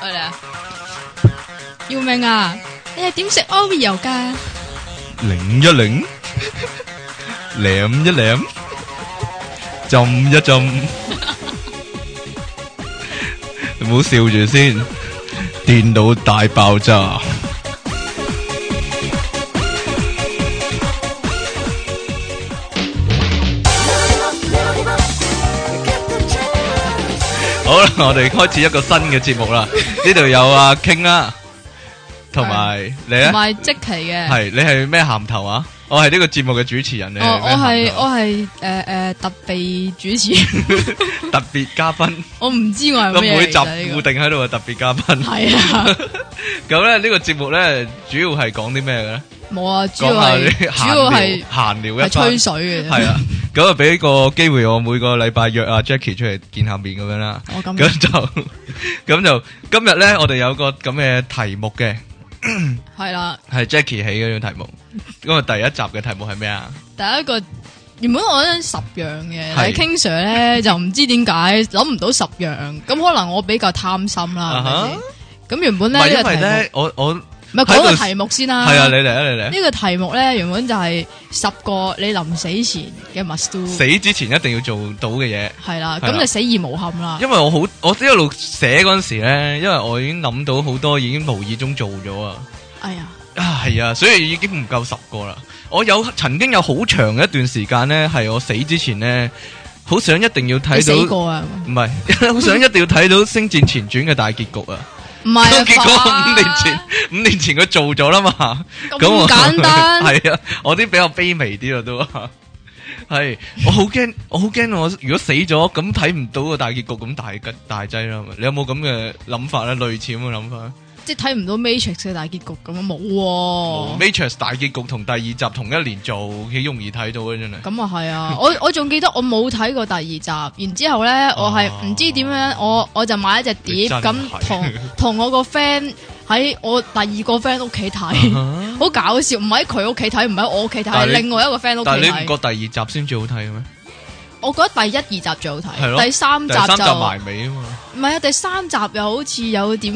好啦，耀明啊，你系点食 Oreo 噶？零一零，舐一舐，浸一浸，你唔好笑住先，電腦大爆炸。好啦，我哋開始一個新嘅節目啦，呢度有阿 King 啦，同埋你咧唔。系即期嘅，系你系咩咸头啊？我系呢个节目嘅主持人，你我哦我系系我系诶诶特备 主持，系 特别嘉宾，我唔知我咁每系咩嚟集固㗎定喺度嘅特别嘉宾。呢個系啊，咁咧呢个节目咧主要系讲啲咩嘅咧？冇啊，主讲下要 系啲主要系闲聊系一番吹，水嘅啫，系啊。咁啊，俾个机会我每个礼拜约阿 Jackie 出嚟见下面咁样啦。我咁咁就 咁就今日咧，我哋有个咁嘅题目嘅，系啦。系 Jackie 起嗰种题目。咁啊，第一集嘅题目系咩啊？第一個原本我諗十樣嘅，但係係 King Sir 咧就唔知點解諗唔到十樣，咁可能我比較貪心啦，係咪啊先咁原本唔咧系因呢個为題目咧，我我系唔喺係講度個題目先啦。啊，你嚟啊，你嚟啊。呢個題目咧原本就係十個你臨死前嘅 must do，死之前一定要做到嘅嘢，係啦，係啦咁就死而無憾啦。因為我好我一路寫嗰阵时咧，因為我已經諗到好多已經無意中做咗啊，哎呀，啊系啊，所以已經唔夠十個啦。我有曾經有好長嘅一段時間咧，係我死之前咧，好想一定要你睇死到，唔過啊？係 好想一定要睇到《星戰前傳》嘅大結局啊！唔係啊結爸果五年前，五年前佢做咗啦嘛。咁咁我簡 單，系啊，我啲比較卑微啲啊都 係，我好驚，我好驚我如果死咗咁睇唔到個大結局咁大吉大劑啦，係咪你有冇咁嘅諗法咧？類似咁嘅諗法即係睇唔到 Matrix 嘅大結局咁啊冇喎。 ，Matrix 大結局同第二集同一年做，幾容易睇到嘅真係。咁啊係啊，我我仲記得我冇睇過第二集，然之後咧我係唔知點樣，我我就買一隻哦你碟，真咁係同同我個 friend 喺我第二個 friend 屋企睇，啊好搞笑，唔喺佢屋企睇，唔喺我屋企睇，但係係你另外一個 friend 屋但係企你唔睇。覺第二集先最好睇嘅咩？我覺得第一二集最好係咯睇，第三集第三集就埋尾啊嘛，唔係啊，第三集又好似有點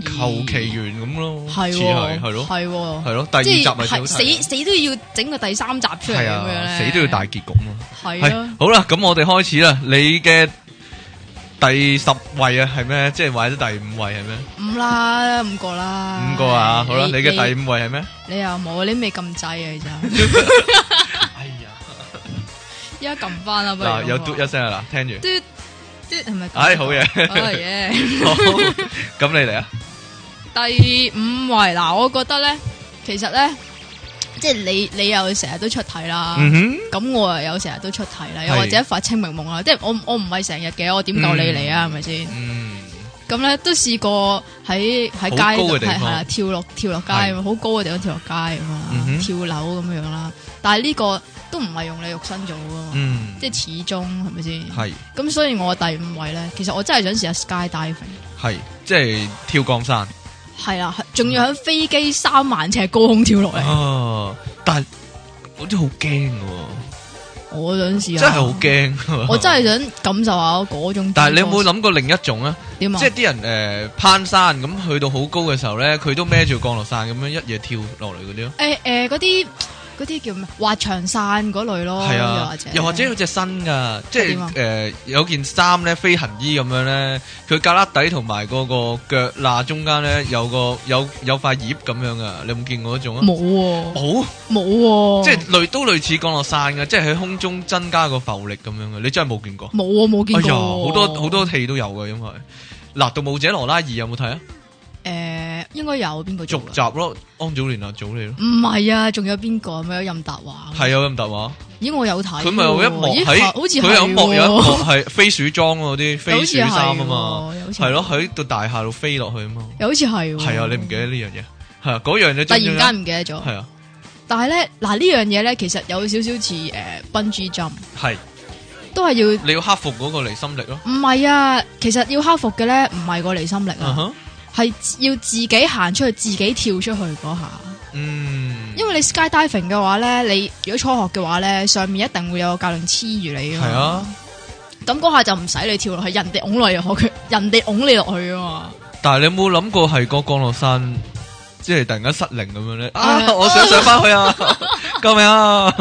求其完咁咯，係似喎係係咯，係喎係咯，第二即集係咪最好係死睇啊，死都要整個第三集出嚟係咁樣啊，咧，死都要大結局咯。係系啊，好啦，咁我哋開始啦。你嘅第十位啊，係咩？即係或者第五位係咩？五啦五個啦，五個啊，好啦，你嘅第五位 係咩？你又冇，你未撳掣啊！而哎呀， 家而家撳翻啦，不如嗱，有好唔嘟好一聲啦，聽住，嘟嘟係咪？啊哎好嘢好嘢。好，咁你嚟啊，第五位嗱，我覺得咧，其實咧，即係你你又成日都出題啦，嗯咁我又有成日都出題啦，又係或者發清明夢啊啦，即係我我唔係成日嘅，我點夠你嚟啊？係咪先哼，？嗯，咁咧都試過喺喺好街高度嘅地係方係啊跳落跳落街係咁樣好高嘅地方跳落街咁樣啦嗯哼，跳樓咁樣啦。但係呢個都唔係用你肉身做噶嘛，嗯，即係始終係咪先？係咁所以我第五位咧，其實我真係想試下 skydiving，係，即係跳降山係啦，嗯仲要喺飛機三萬尺高空跳落嚟，啊，但係我真係好驚嘅我想試喎，下。真係好！驚，啊我真係想感受下嗰種。但係你有冇諗過另一種啊？點啊？即係啲人诶、呃攀山咁去到好高嘅時候咧，佢都孭住降落傘咁樣一嘢跳落嚟嗰啲咯。誒誒嗰啲嗰啲叫咩？滑翔傘嗰類咯，係哦又啊或者，又或者有隻新噶，即點係啊诶、呃有件衫咧飛行衣咁樣咧，佢格旯底同埋嗰個腳罅中間咧有個有有塊葉咁樣噶，你有冇見過嗰種啊？冇喎，冇，冇喎，即係類都類似降落傘嘅，即係喺空中增加個浮力咁樣嘅，你真係冇見過？冇啊，冇見哎過呀，喎。好多好多戲都有嘅，因為嗱《盜墓者羅拉二》有冇睇啊？誒，應該有邊個續做㗎？集咯，安祖蓮啊，祖你咯，唔係啊，仲有邊個？咪有任達華？啊係啊有咁特話。咦，我有睇喎。佢咪有一幕哎咦喺，好似佢有一幕有一幕係喎 係飛鼠裝嗰啲飛好鼠似係衫啊嘛，喎，係係咯，喺到大廈度飛落去啊嘛，又好似係喎，係啊，你唔記得呢樣嘢，係啊，嗰樣你突然間唔記得咗。係啊，但係咧，嗱呢樣嘢咧，其實有少少似誒 bungee jump，係都係要你要克服嗰個離心力咯，唔係啊？其實要克服嘅咧，唔係個離心力嗯啊，哼係要自己行出去，自己跳出去嗰下。嗯，因為你 skydiving 嘅話咧，你如果初學嘅話咧，上面一定會有個教練黐住你㗎嘛係啊，咁嗰下就唔使你跳落去，人哋拱落去 佢，人哋拱你落去啊嘛。但系你有冇谂过系個降落傘，即係突然間失靈咁樣咧？啊！誒我想上翻去 啊！救命啊！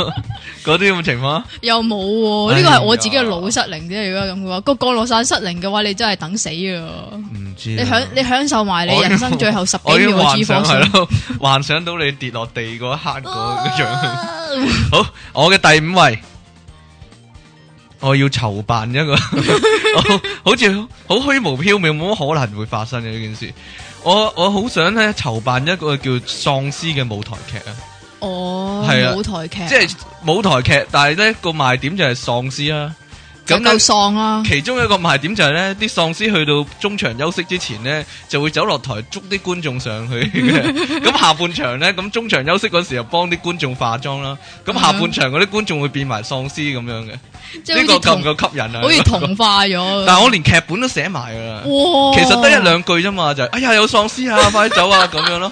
嗰啲咁嘅情況，又冇喎，哎呢呀個係我自己嘅腦失靈啫。如果係咁嘅話，個降落傘失靈嘅話，你真係等死啊！唔知啊你享你享受埋你我已經人生最後十幾我已經秒嘅幻脂想肪係酸。咯，幻想到你跌落地嗰一刻嗰嗰樣。啊好，我嘅第五位，我要籌辦一個， 好好似好虛無縹緲，冇乜可能會發生嘅呢件事。我我好想咧籌辦一個叫喪屍嘅舞台劇啊！哦，係啊舞台劇 即系舞台劇，但係咧個賣點就係喪屍啦。咁就夠呢喪啦。其中一個賣點就係咧，啲喪屍去到中場休息之前咧，就會走落台捉啲觀眾上去 嘅。咁下半場咧，咁中場休息嗰時又幫啲觀眾化妝啦。咁下半場嗰啲觀眾會變埋喪屍咁樣嘅。即呢係個好似夠唔同夠吸引啊？好似同化咗咁。但係我連劇本都寫埋噶啦，哇，其實得一。兩句啫嘛，就係哎呀有喪 屍啊，快啲走啊咁樣咯，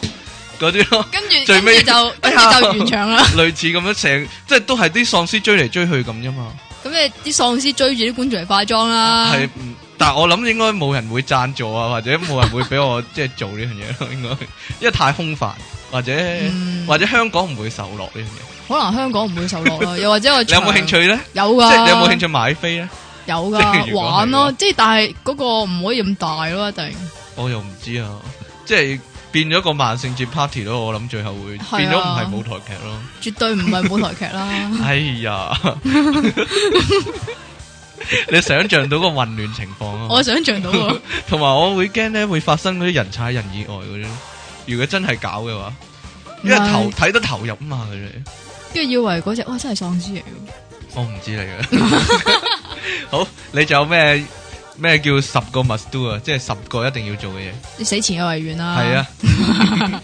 嗰啲咯。跟住最最尾 尾就哎跟住呀就完場啦。 類似咁樣成，即係都係啲喪屍追嚟追去咁啫嘛。咁你啲喪屍追住啲觀眾嚟化妝啦。係，嗯但我諗應該冇人會贊助啊，或者冇人會俾我 即係做呢樣嘢咯，應該，因為太空泛，或者、嗯或者香港唔會受落呢樣嘢。可能香港唔會受 落啦，又或者我你有冇興趣？咧？有即噶，係你有冇興？趣買飛咧？有即係噶如果係玩嘅話咯，即係但係嗰個唔可以咁大咯，一定我又唔知啊，即係變咗個萬聖節 party 咯，我諗最後會係啊變咗唔係舞台劇咯。絕對唔係舞台劇啦 。哎呀，你想象到個混亂情況啊！我想象到喎， 同埋我會驚咧會發生嗰啲人踩人意外嗰啲，如果真係搞嘅話，因為唔係投睇得投入啊嘛佢哋，跟住以為嗰只哇真係喪屍嚟嘅，我唔知你嘅。好，你仲有咩咩叫十個 must do 啊？即係十個一定要做嘅嘢。你死前有遺願啦。係啊，，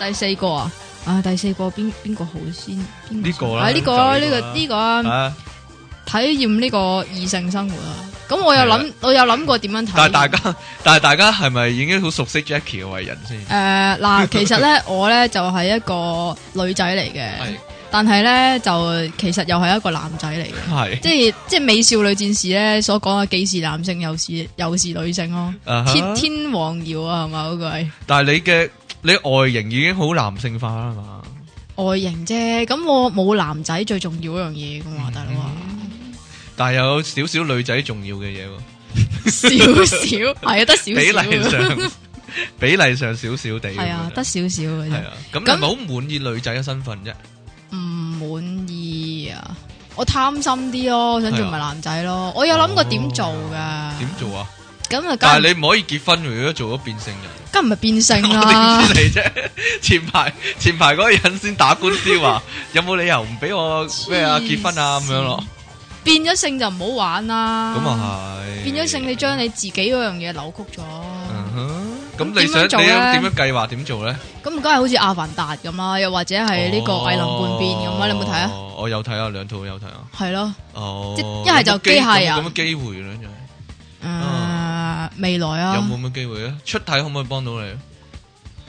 第四個啊，啊第四個邊邊個好先？邊呢個啦啊呢個啦，就呢呢個個啦呢個啊啊！體驗呢個異性生活啊。咁我有係諗，我有諗過點樣睇。但係大家，但係大家係咪已經好熟悉 Jackie 嘅為人先？诶呃嗱， 其實咧我咧就係一個女仔嚟嘅，係但係咧就其實又係一個男仔嚟嘅。係即 係即系美少女戰士咧所講嘅既是男性又是又是女性咯，啊哈天天王瑶啊係咪嗰個係但係你嘅你外形已經好男性化啦嘛，外形啫，咁我冇男仔最重要嗰樣嘢噶嘛，大佬啊，嗯但係有少少女仔重要嘅嘢喎。少少係啊，得少比例少，上比例上少少地咁樣，係啊，得少少嘅系啫，啊，咁你咁啊咪好滿意女仔嘅身份啫，唔滿意啊，我貪心啲咯，我想做埋男仔咯，我有諗過點做噶，啊點做啊？咁啊，梗但係係你唔可以結婚，如果做咗變性人，梗唔係變性 我啦點。知你啫？ 前排前排嗰個人先打官司話，有冇理由唔俾我咩啊黐結婚啊咁樣咯？變咗性就唔好玩啦。咁啊係變咗性，你將你自己嗰樣嘢扭曲咗，嗯咁哼咁咁你想點樣做你呢點樣計劃點做咧？梗係好似阿凡達咁啦，又或者係呢個哦藝林半變咁啦，你有冇睇啊？？我有睇啊，兩套有睇啊。係咯，哦，即一係就有冇機機械人有冇機會咧？就係誒未來啊哦有，冇咁嘅機會啊？出體可唔可以幫到你？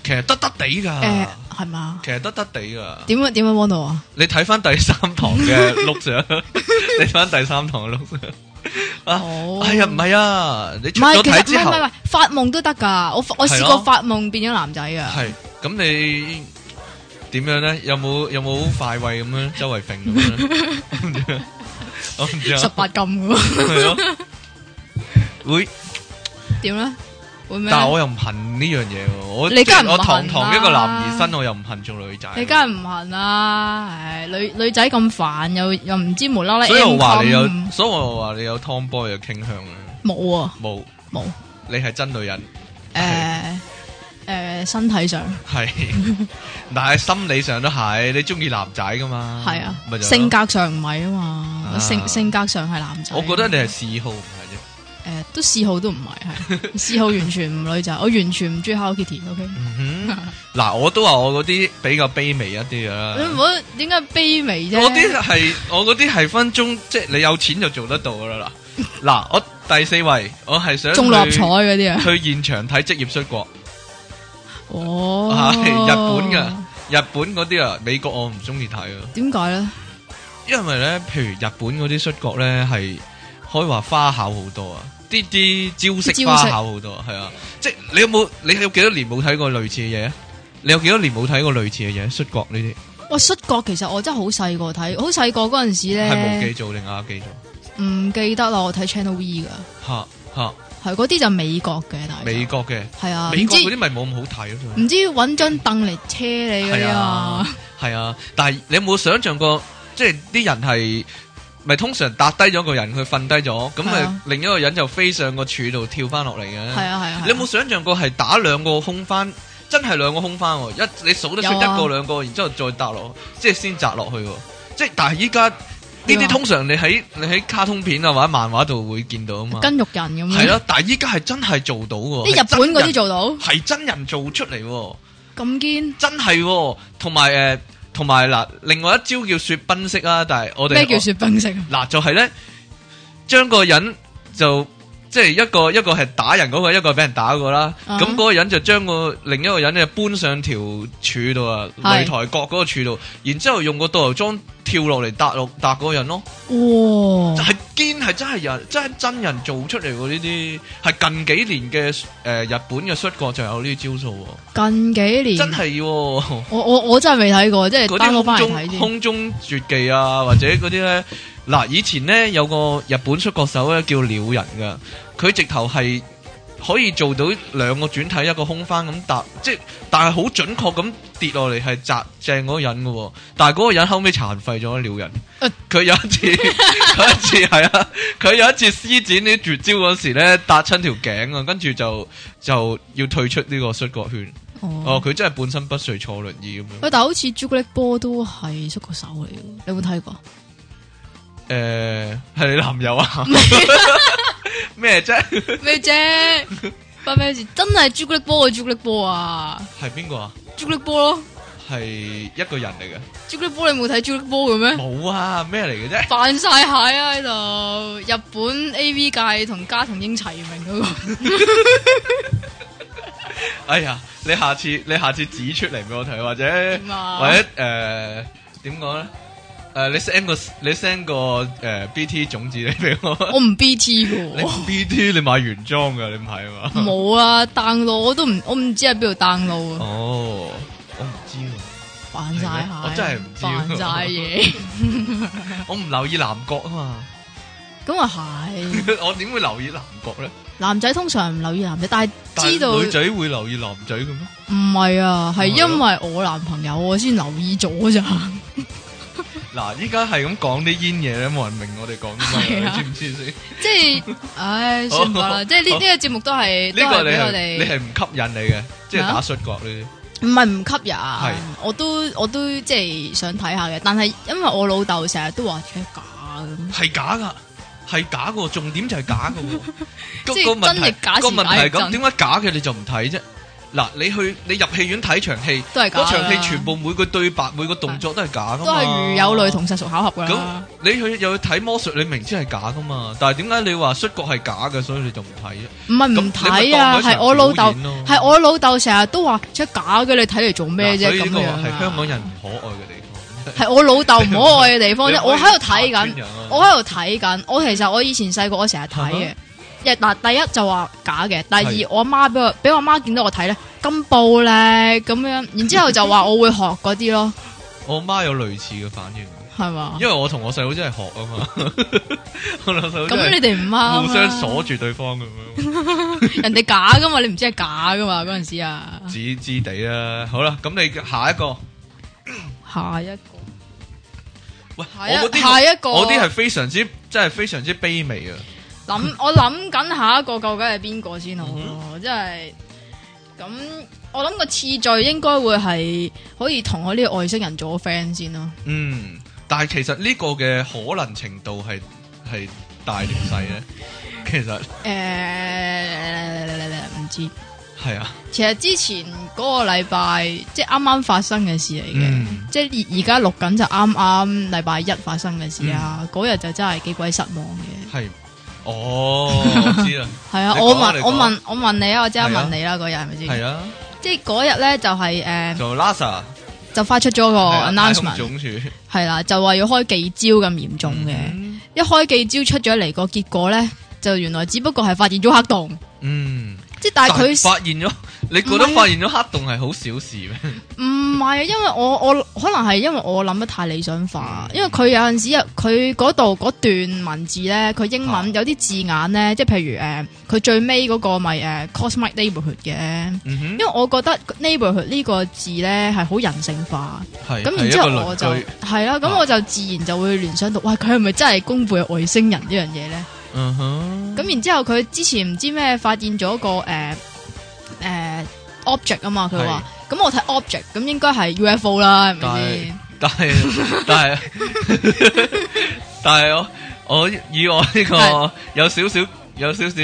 其實得得地噶，誒係嘛？其實得得地噶。點樣點樣幫到啊？你睇翻第三堂 嘅錄相，你睇翻第三堂嘅錄相啊！哦，哎呀，唔係啊，你唔出咗其體實唔之係唔後係唔係，發夢都得㗎。我我試係咯過發夢變咗男仔㗎，係啊咁，你點樣咧？有冇有冇好快慰咁樣周圍揈咁 樣？我唔知啊，我唔知十啊，八禁㗎，係咯，會。點咧？會咩但呢？我又唔恨呢樣嘢喎，我你梗係唔我堂恨啦堂一個男兒身，我又唔恨做女仔。你梗係唔恨啦，唉，女女仔咁煩，又又唔知無啦啦 M 所以我話你有 com，，所以我話你有 tomboy 嘅傾向啊，冇啊冇，冇，你係真女人，誒誒身體上係， 但係心理上都係，你中意男仔噶嘛？係啊咪，就係咯性。格上唔係啊嘛啊，性性格上係男仔。我覺得你係嗜好唔係誒都嗜好都唔係， 係嗜好完全唔女仔，我完全唔中意 Hello Kitty。OK，啫。嗯嗱，我都話我嗰啲比較卑微一啲㗎你啦。唔好點解卑微啫？啊我啲係我嗰啲係分鐘，即係你有錢就做得到㗎啦。 嗱，嗱，我第四位，我係想中六合去彩嗰 啲啊，去現場睇職業摔角，哦係，日本嘅，日本嗰啲啊，美國我唔中意睇啊，點解咧？因為咧，譬如日本嗰啲摔角咧係可以話花巧好多啊，啲啲招式招花式巧好多，係啊，即係你有冇你有幾多年冇睇過類似嘅嘢啊？你有幾多年冇睇過類似嘅嘢？摔角呢啲哇，摔角其實我真係好細個睇，好細個嗰陣時係無記咧，做定亞記做？唔記得啦，我睇 Channel V 噶，吓吓，係嗰啲就美國嘅，但係美國嘅係啊，美唔國嗰知啲咪冇咁好睇咯。唔知揾張凳嚟車你嗰啲啊，係啊，但係你有冇想象過，即係啲人係咪通常搭低咗個人，佢瞓低咗，咁係咪啊另一個人就飛上個柱度跳翻落嚟嘅？係啊係啊，你有冇想象過係打兩個空翻？真係兩個空翻喎，一你數得出有一啊個兩個，然之後再搭落，即係先擲落去喎。即係但係依家呢點啲啊通常你喺你喺卡通片啊或者漫畫度會見到啊嘛。跟肉人咁係樣？咯，但係依家係真係做到喎。啲日本嗰啲做做到係真人做出嚟喎。咁堅，真係喎，同埋誒，同埋嗱，另外一招叫雪崩式啦，但係我哋咩叫雪崩式啊？嗱就係咧，將個人就即係一個一個係打人嗰個，一個係俾人打嗰個啦。啊咁嗰個人就將個另一個人咧搬上條柱度啊，擂台係角嗰個柱度，然之後用個導遊裝跳落嚟搭落搭嗰個人咯。哇！係堅係真係人真係真人做出嚟喎呢啲，係近幾年嘅誒、呃日本嘅摔角就有呢啲招數近幾喎，年真係喎。我我我真係未睇過，即係嗰啲空 download 翻嚟中睇先。空中絕技啊，或者嗰啲咧，嗱以前咧有個日本摔角手咧叫鳥人噶，佢直頭係可以做到兩個轉體一個空翻咁搭，即係但係好準確咁跌落嚟係砸正嗰個人噶喎，但係嗰個人後尾殘廢咗鳥人呃，佢有一 次佢有一次係啊，佢有一次施展呢絕招嗰時咧搭親條頸啊，跟住就就要退出呢個摔角圈，哦哦，佢真係半身不遂坐輪椅咁樣。喂，但係好似朱古力波都係縮個手嚟嘅，你有冇睇過？诶，系呃你男友 啊？咩啫？咩 啫？關咩事？真係朱古力波嘅朱古力波啊！系边个啊？朱古力波咯，系一个人嚟嘅？朱古力波你冇睇朱古力波嘅咩？冇啊，咩嚟嘅啫？扮晒蟹啊喺度！日本 A V 界同加藤英齊名嗰、個， 哎呀，你下次你下次指出嚟俾我睇，或者點啊或者呃诶，点讲咧？诶，呃你 send 个你 send 呃个诶 BT 种子你俾 我。我唔 B T 嘅你喎， BT 你買原裝噶，你唔係啊嘛？ 冇啊 download 我都唔我唔知喺邊度 download 啊，哦，我唔知喎，扮係晒蟹咩，我真係唔知扮晒 嘢，我唔留意南角啊嘛，咁啊係， 我點會留意南角咧？男仔通常唔留意男仔，但係但係知道。女仔會留意男仔嘅咩？唔係啊，係唔係咯因為我男朋友我先留意咗咋，嗱，依家係咁講啲煙嘢咧，冇人明我哋講啲係咩，啊你知唔知先？即係，唉，算吧好啦，即係呢好呢個節目都係都呢係個你俾我係你哋，係唔吸引你嘅，即係咩啊打摔角呢唔係唔吸引係，我都我都即係想睇下嘅，但係因為我老豆成日都話佢係假啲咁，係假噶，係假噶，重點就係假 噶喎。個即係個問題真係假個時假問題係係咁，真點解假嘅你就唔睇啫？嗱，你去你入戲院睇場戲，都係假嗰㗎場戲全部每個對白、每個動作都係假噶嘛，都係魚有類同實屬巧合噶咁啦。你去又去睇魔術，你明知係假噶嘛？但係點解你話摔角係假嘅，所以你就唔睇啫？唔係唔睇啊，咁你咪當佢一場係我老表豆演咯，係我老豆成日都話出假嘅，你睇嚟做咩啫嗱所以咁呢個樣啊係香港人唔可愛嘅地方。係我老豆唔可愛嘅地方 你啫，可以我喺度睇拍緊邊。人啊我喺度睇緊，我其實我以前細個我成日睇嘅。一嗱，第一就話假嘅，第 Uh-huh 係二我阿媽俾我俾我阿媽見到我睇咧，金暴力咁樣，然之後就話我會學嗰啲咯，我媽有類似嘅反應，係嘛？因為我同我細佬真係學啊嘛， 我老細佬真咁你係哋唔啱啊互相鎖住對方咁 樣，人哋假噶嘛，你唔知係假噶嘛嗰陣時啊。知知地啦。好啦，咁你下一個，下一個，喂，我下一嗰啲下一個我啲係非常之，真係非常之卑微啊。 諗我諗緊下一個究竟係邊個先好嗯咯，即係咁我諗個次序應該會係可以同我呢個外星人做 friend 先咯。嗯，但係其實呢個嘅可能程度係係大定細咧？其實誒，唔知。係啊，其實之前嗰個禮拜即係啱啱發生嘅事嚟嘅，嗯即係而而家錄緊就啱啱禮拜一發生嘅事啊！嗯嗰日、就真係幾鬼失望嘅。係，哦，我知啦， 係啊，你我講啊問你我講啊問我問你啊，我即刻係啊問你啦，嗰日係咪先？係啊，即係嗰日咧就係、呃就 Lasa 就發出咗個係啊太空哦 announcement 總署係啦，就話要開記招咁嚴重嘅。嗯一開記招出咗嚟個結果咧，就原來只不過係發現咗黑洞，嗯，即係但係佢發現咗，你覺得唔係啊發現咗黑洞係好小事咩？唔係啊，因為我我可能係因為我諗得太理想化，嗯因為佢有陣時有佢嗰度嗰段文字咧，佢英啊文有啲字眼咧，即係譬如誒，呃佢、最尾嗰個咪誒 cosmic neighborhood 嘅，嗯因為我覺得 neighborhood 呢個字咧係好人性化，哼，係咁係然一之個後我鄰就居，係啦，咁啊我就自然就會聯想到，喂，佢係咪真係公佈嘅外星人呢樣嘢咧？嗯哼，咁然之後佢之前唔知咩發現咗個誒誒、呃 object 啊嘛，佢話咁我睇 object 咁應該係 UFO 啦，係但咪係先？但係 但係但係我我以我呢個係有少少有少少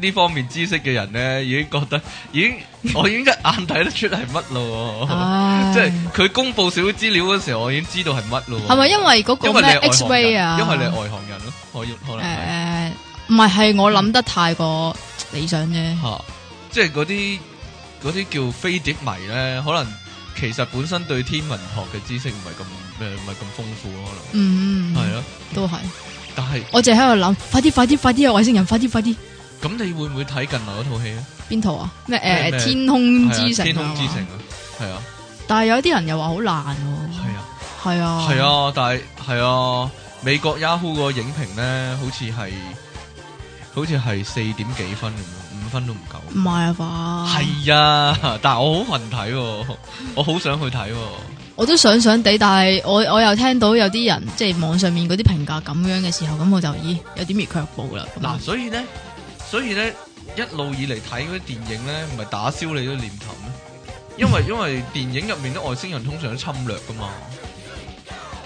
呢方面知識嘅人咧，已經覺得已經我已經一眼睇得出係乜咯喎，唉即係佢公布少少資料嗰時候，我已經知道係乜咯喎。係咪因為嗰因為個你咩係外 X-ray 行人啊？因為你係外行人咯，可以可能係。誒唔係係我諗得太過理想啫。吓、即系嗰啲嗰啲叫飛碟迷咧，可能其實本身對天文學嘅知識唔係咁诶，唔係咁豐富咯嗯，可能係咯、都係。但係我淨係喺度諗，快啲快啲快啲啊！外星人，快啲快啲！咁，你會唔會睇近來嗰套戲咧？邊套啊？咩咩咩誒天空之係啊城啊天空之城嘛啊，係啊，但係有啲人又話好爛係喎。啊，係啊。係。啊，但係係啊，美國 Yahoo 個影評咧，好似係好似係四點幾分咁樣，五分都唔夠。唔係啊吧？係啊，但係我好恨睇喎，我好想去睇喎。我都想想地，但係我我又聽到有啲人即係網上面嗰啲評價咁樣嘅時候，咁我就咦有啲滅卻步啦。咁嗱，所以咧，所以咧，一路以嚟睇嗰啲電影咧，唔係打消你啲念頭咩？因為因為電影入面啲外星人通常都侵略噶嘛，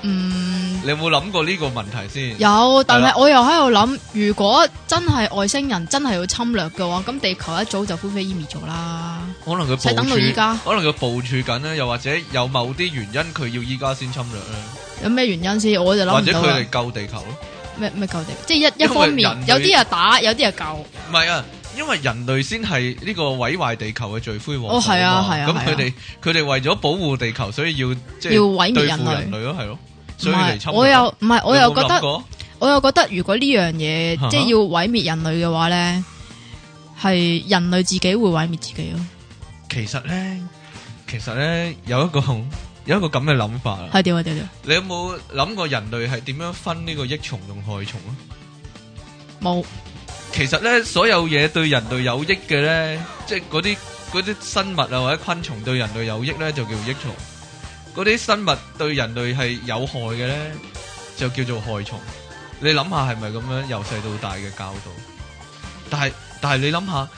嗯你有冇諗過呢個問題先？有，但係啦係我又喺度諗，如果真係外星人真係要侵略嘅話，咁地球一早就灰飛煙滅咗啦。可能佢部使等到依署，家可能佢部署緊咧，又或者有某啲原因佢要依家先侵略咧，有咩原因先？我就或諗唔者到佢啦嚟。救地球咯？咩咩救地？即係一因為一方面人類，有啲人打，有啲人救。唔係啊，因為人類先係呢個毀壞地球嘅罪魁禍哦首係啊嘛係啊咁係啊佢哋佢哋為咗保護地球，所以要即係要毀滅對人付類人類咯，係咯，唔所以嚟侵係，略。我又唔係，我又你有冇覺諗得，過我又覺得，如果呢樣嘢啊哈即係要毀滅人類嘅話咧，係人類自己會毀滅自己咯。其實咧，其實咧有一個有一個咁嘅諗法啊。係點啊點啊點啊？你有冇諗過人類係點樣分呢個益蟲同害蟲啊？冇其實咧，所有嘢對人類有益嘅咧，即係嗰啲嗰啲生物啊或者昆蟲對人類有益咧，就叫益蟲；嗰啲生物對人類係有害嘅咧，就叫做害蟲。你諗下係咪咁樣由細到大嘅教導？但係但係你諗 下，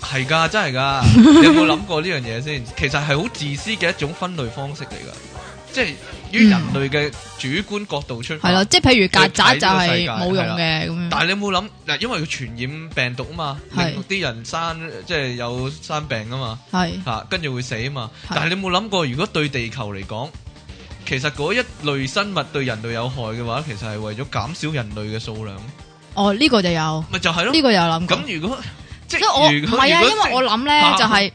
係㗎，真係㗎。你有冇諗過呢樣嘢先？其實係好自私嘅一種分類方式嚟㗎，即係於人類嘅主觀角度出發。係咯，即係譬如曱甴就係冇用佢嘅咁樣。但系你有冇諗嗱？因為佢傳染病毒啊嘛，係令到啲人生即係有生病啊嘛，係吓跟住會死啊嘛。係但係你有冇諗過，如果對地球嚟講，其實嗰一類生物對人類有害嘅話，其實係為咗減少人類嘅數量，哦，呢個就有，咪就係呢咯。個有諗過。咁如果即因為我係唔如果係啊，如因果為我諗啊咧就係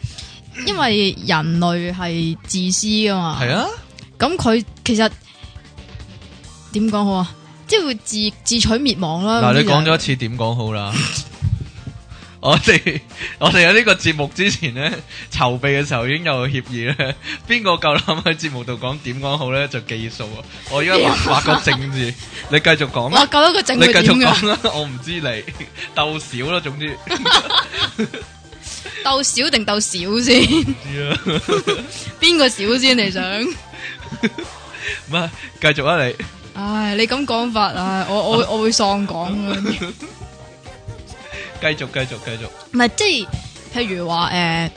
因為人類係自私噶嘛。係啊，咁佢其實點講好啊？即係會自自取滅亡啦。嗱，啊咁你呢講咗樣一次點講好啦。 我哋 我哋喺呢個節目之前咧，籌備嘅時候已經有協議咧， 邊個夠膽喺節目度講點講好咧，就記數啊！我而家 畫畫個正字，你繼續講哇，啦，救一個整你佢繼點續㗎？講啦， 我唔知你鬥少啦，總之唔鬥少定鬥少先？知啊啦，邊個少先？你想？唔係繼續啊你。唉，你咁講法啊，我我我會喪講啊。繼續繼續繼續，唔係即係譬如話誒、呃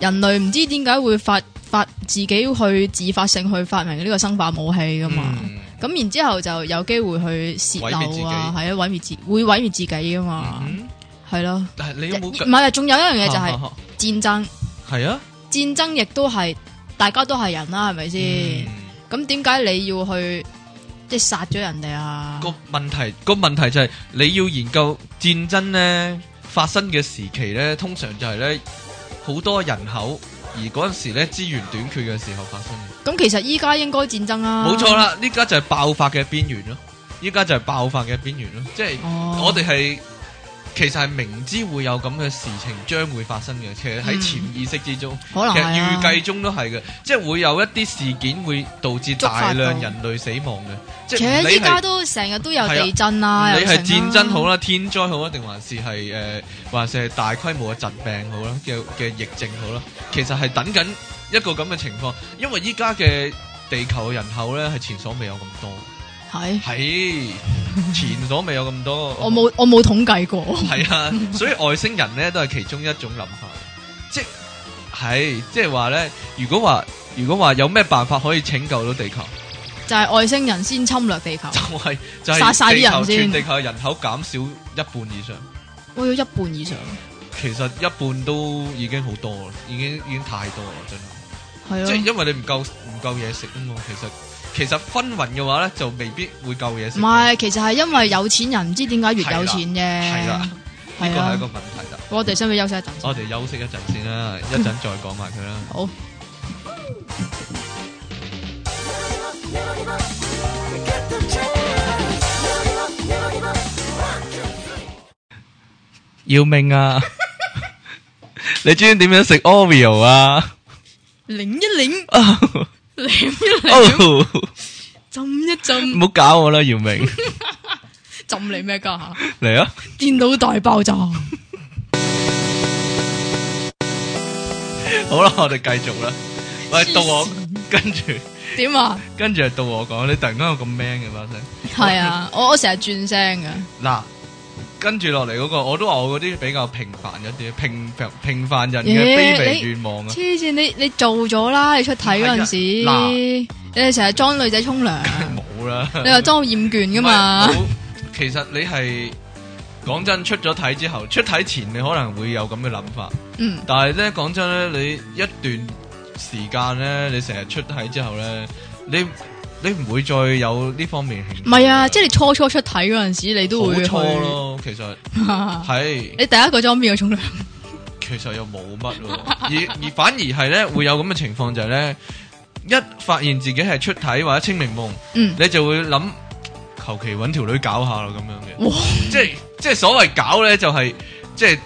人類唔知點解會發發自己去自發性去發明呢個生化武器噶嘛？嗯咁、然之後就有機會去泄毀滅自己漏啊，係啊，毀滅自會毀滅自己噶嘛？嗯係咯、但係你有冇唔係啊，仲有一樣嘢 就係係戰爭，係啊，戰爭亦都係大家都係人啦，係咪先？嗯咁點解你要去即係殺咗人哋啊？个问题个问题就系、你要研究战争咧发生嘅时期咧，通常就系咧好多人口，而嗰阵时咧资源短缺嘅时候发生嘅。咁其實依家應該戰爭啦，啊冇错，啦，呢家就系爆发嘅边缘咯。依家就係爆發嘅邊緣咯，即係哦我哋係其實係明知會有咁嘅事情將會發生嘅，其實喺嗯潛意識之中，可能其實係啊預計中都係嘅，即係會有一啲事件會導致大量觸發到人類死亡嘅，即其係唔實理依家係都成日都有係啊地震啊，你又係成啊戰爭好啦、天災好啦，啊定還是係誒、呃還是係大規模嘅疾病好啦嘅嘅疫症好啦，其實係等緊一個咁嘅情況，因為依家嘅地球嘅人口咧係前所未有咁多。係 係前所未有咁多。我冇我冇統計過， 係啊，所以外星人咧都係其中一種諗法，即係即係話咧，如果話如果話有咩辦法可以拯救到地球，就係外星人先侵略 地球，就係、就係殺晒啲人地球全先地球嘅人口減少一半以上，我要一半以上，其實一半都已經好多啦，已經已經太多啦，真係。係即係咯，因為你唔夠唔夠嘢食啊嘛，其實其實分運嘅話咧，就未必會夠嘢食。唔係，其實係因為有錢人唔知點解越有錢啫，係啦，呢個係係一個問啊，題啦。我哋先去休息一陣先我哋休息一陣先啦，一陣再講埋佢啦。 好。要命啊！你知唔知點樣食 Oreo 啊？拧一拧，哦，拧一拧，唔浸哦一浸，好搞我啦，姚明，浸你咩家吓？ 嚟啊！電腦大爆炸，好啦，我哋繼續啦。喂，到我黐線跟住點啊？跟住就到我講，你突然間有咁 man 嘅把聲。係啊，我我成日轉聲噶，嗱，跟住落嚟嗰個，我都話我嗰啲比較平凡一啲，平平平凡人嘅咦卑微你願望啊黐。線你你做咗啦，你出體嗰陣時係啊嗱，你哋成日裝女仔沖 涼，冇啦。你又裝厭倦噶唔嘛係？冇其實你係講真，出咗體之後，出體前你可能會有咁嘅諗法，嗯，但係咧講真咧，你一段時間咧，你成日出體之後咧，你你唔會再有呢方面興趣唔係啊，即係你初初出體嗰陣時，你都會好去啊錯。咯。其實係 你第一個裝邊個沖涼？ 其實又冇乜喎，而而反而係咧會有咁嘅情況就係咧，一發現自己係出體或者清明夢，嗯，你就會諗求其揾條女搞下啦咁樣嘅。哇，即係即係所謂搞咧，就係、即係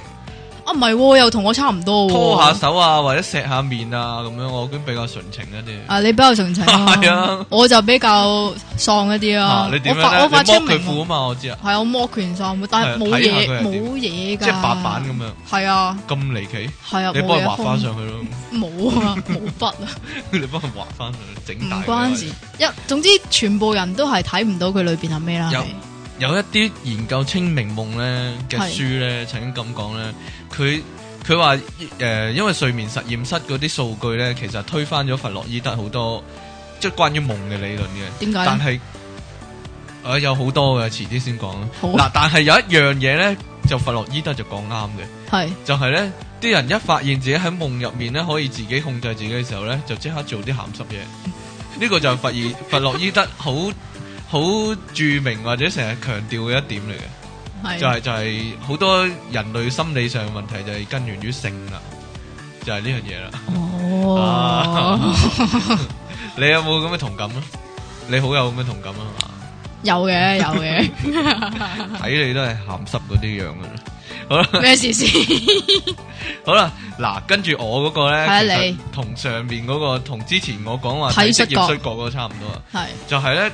啊唔係喎，又同我差唔多喎。拖下手啊，或者錫下面啊咁樣，我已經比較純情一啲。啊，你比較純情啊 係啊我就比較喪一啲啊啊。，你點我樣發咧？我你發剝清佢明褲啊夢嘛，我知啊，係啊，我剝拳衫，但係係冇睇下嘢佢係點冇嘢㗎。即係白板咁樣，係啊，咁離奇。係啊，你幫佢哎冇嘢畫翻空上去咯， 冇啊，冇筆啊，你幫佢畫翻上去，整唔大佢啊關事。。一總之，全部人都係睇唔到佢裏邊係咩啦。有係有一啲研究清明夢咧嘅係書咧，曾經咁講咧，佢佢話誒，因為睡眠實驗室嗰啲數據咧，其實推翻咗弗洛伊德好多即係關於夢嘅理論嘅。點解但呢？係诶、呃有好多嘅，遲啲先講啦。好嗱，但係有一樣嘢咧，就弗洛伊德就講啱嘅，係就係咧啲人一發現自己喺夢入面咧可以自己控制自己嘅時候咧，就即刻做啲鹹濕嘢。 呢個就係弗爾弗洛伊德好好著名或者成日強調嘅一點嚟嘅，係就係就係好多人類心理上嘅問題就係根源於性啦，就係呢樣嘢啦。 啊哦，你有冇咁嘅同感啊？你好有咁嘅同感啊嘛？ 有嘅有 嘅，啊睇你都係鹹濕嗰啲樣嘅啦。 好啦，咩事先？好啦，嗱，跟住我嗰個咧，係啊其實你同上面嗰、個同之前我講話睇睇職摔業角摔角嗰個差唔多啊，係就係咧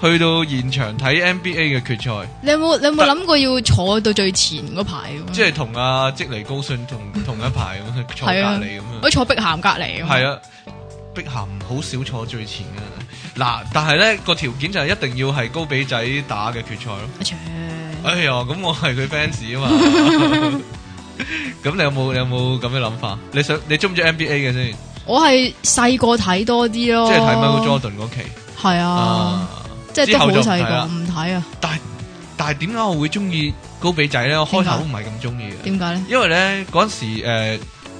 去到現場睇 NBA 嘅決賽，你有冇你有冇諗過要坐到最前嗰排咁？即係同阿積尼高信 同同一排咁樣坐隔係啊離咁樣。我坐碧咸隔離咁。系啊，碧咸好少坐最前啊。嗱，但係咧個條件就係一定要係高比仔打嘅決賽咯。啊，切哎呀，咁我係佢 fans 啊 嘛。咁你有冇你有冇咁嘅諗法？你想你中唔中意 NBA 嘅先？我係細個睇多啲咯，即係睇 Michael Jordan 嗰期係啊，啊。即係之都好後就唔細睇啦個，唔睇啊？但係但係點解我會中意高比仔咧？我開點啊頭解唔係咁中意嘅，點解咧？因為咧嗰陣時誒、呃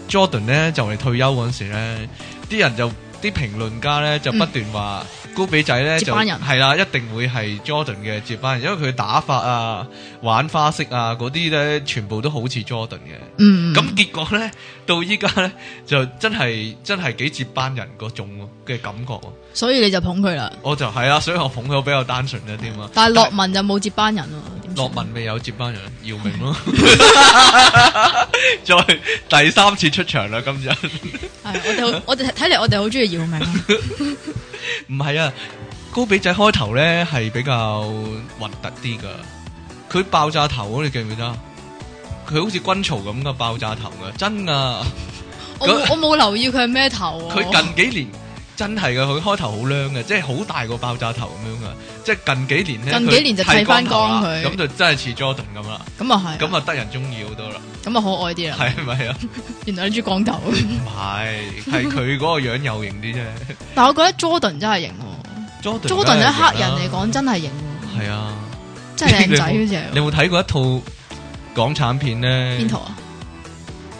Jordan 咧就嚟退休嗰陣時咧，啲人就啲評論家咧就不斷話高比仔咧嗯接就班人係啦，一定會係 Jordan 嘅接班人，因為佢打法啊、玩花式啊嗰啲咧，全部都好似 Jordan 嘅。嗯，咁結果咧，到依家咧就真係真係幾接班人嗰種喎嘅感覺喎。所以你就捧佢啦。我就係啦，所以我捧佢比較單純一啲嘛。但系洛文就冇接班人喎，點算洛文未有接班人，姚明咯，再第三次出場啦，今日係啊我哋好，我哋睇嚟我哋好中意姚明啊，唔係啊，高比仔開頭咧係比較核突啲噶，佢爆炸頭啊，你記唔記得啊？佢好似軍曹咁嘅爆炸頭噶，真噶！我冇我冇留意佢係咩頭啊。佢近幾年真係噶，佢開頭好靚嘅，即係好大個爆炸頭咁樣噶，即係近幾年咧，近幾年就佢剃剃返光頭啦光佢咁就真係似 Jordan 咁啦，咁啊係，咁啊得人中意好多啦，咁啊可愛啲啦。係咪啊？原來你中意光頭，唔係，係佢嗰個樣有型啲啫。但我覺得 Jordan 真係型喎 Jordan ，Jordan 喺黑人嚟嚟講真係型喎，係啊，真係靚仔嗰 你只。有冇睇過一套港產片咧？邊套？啊？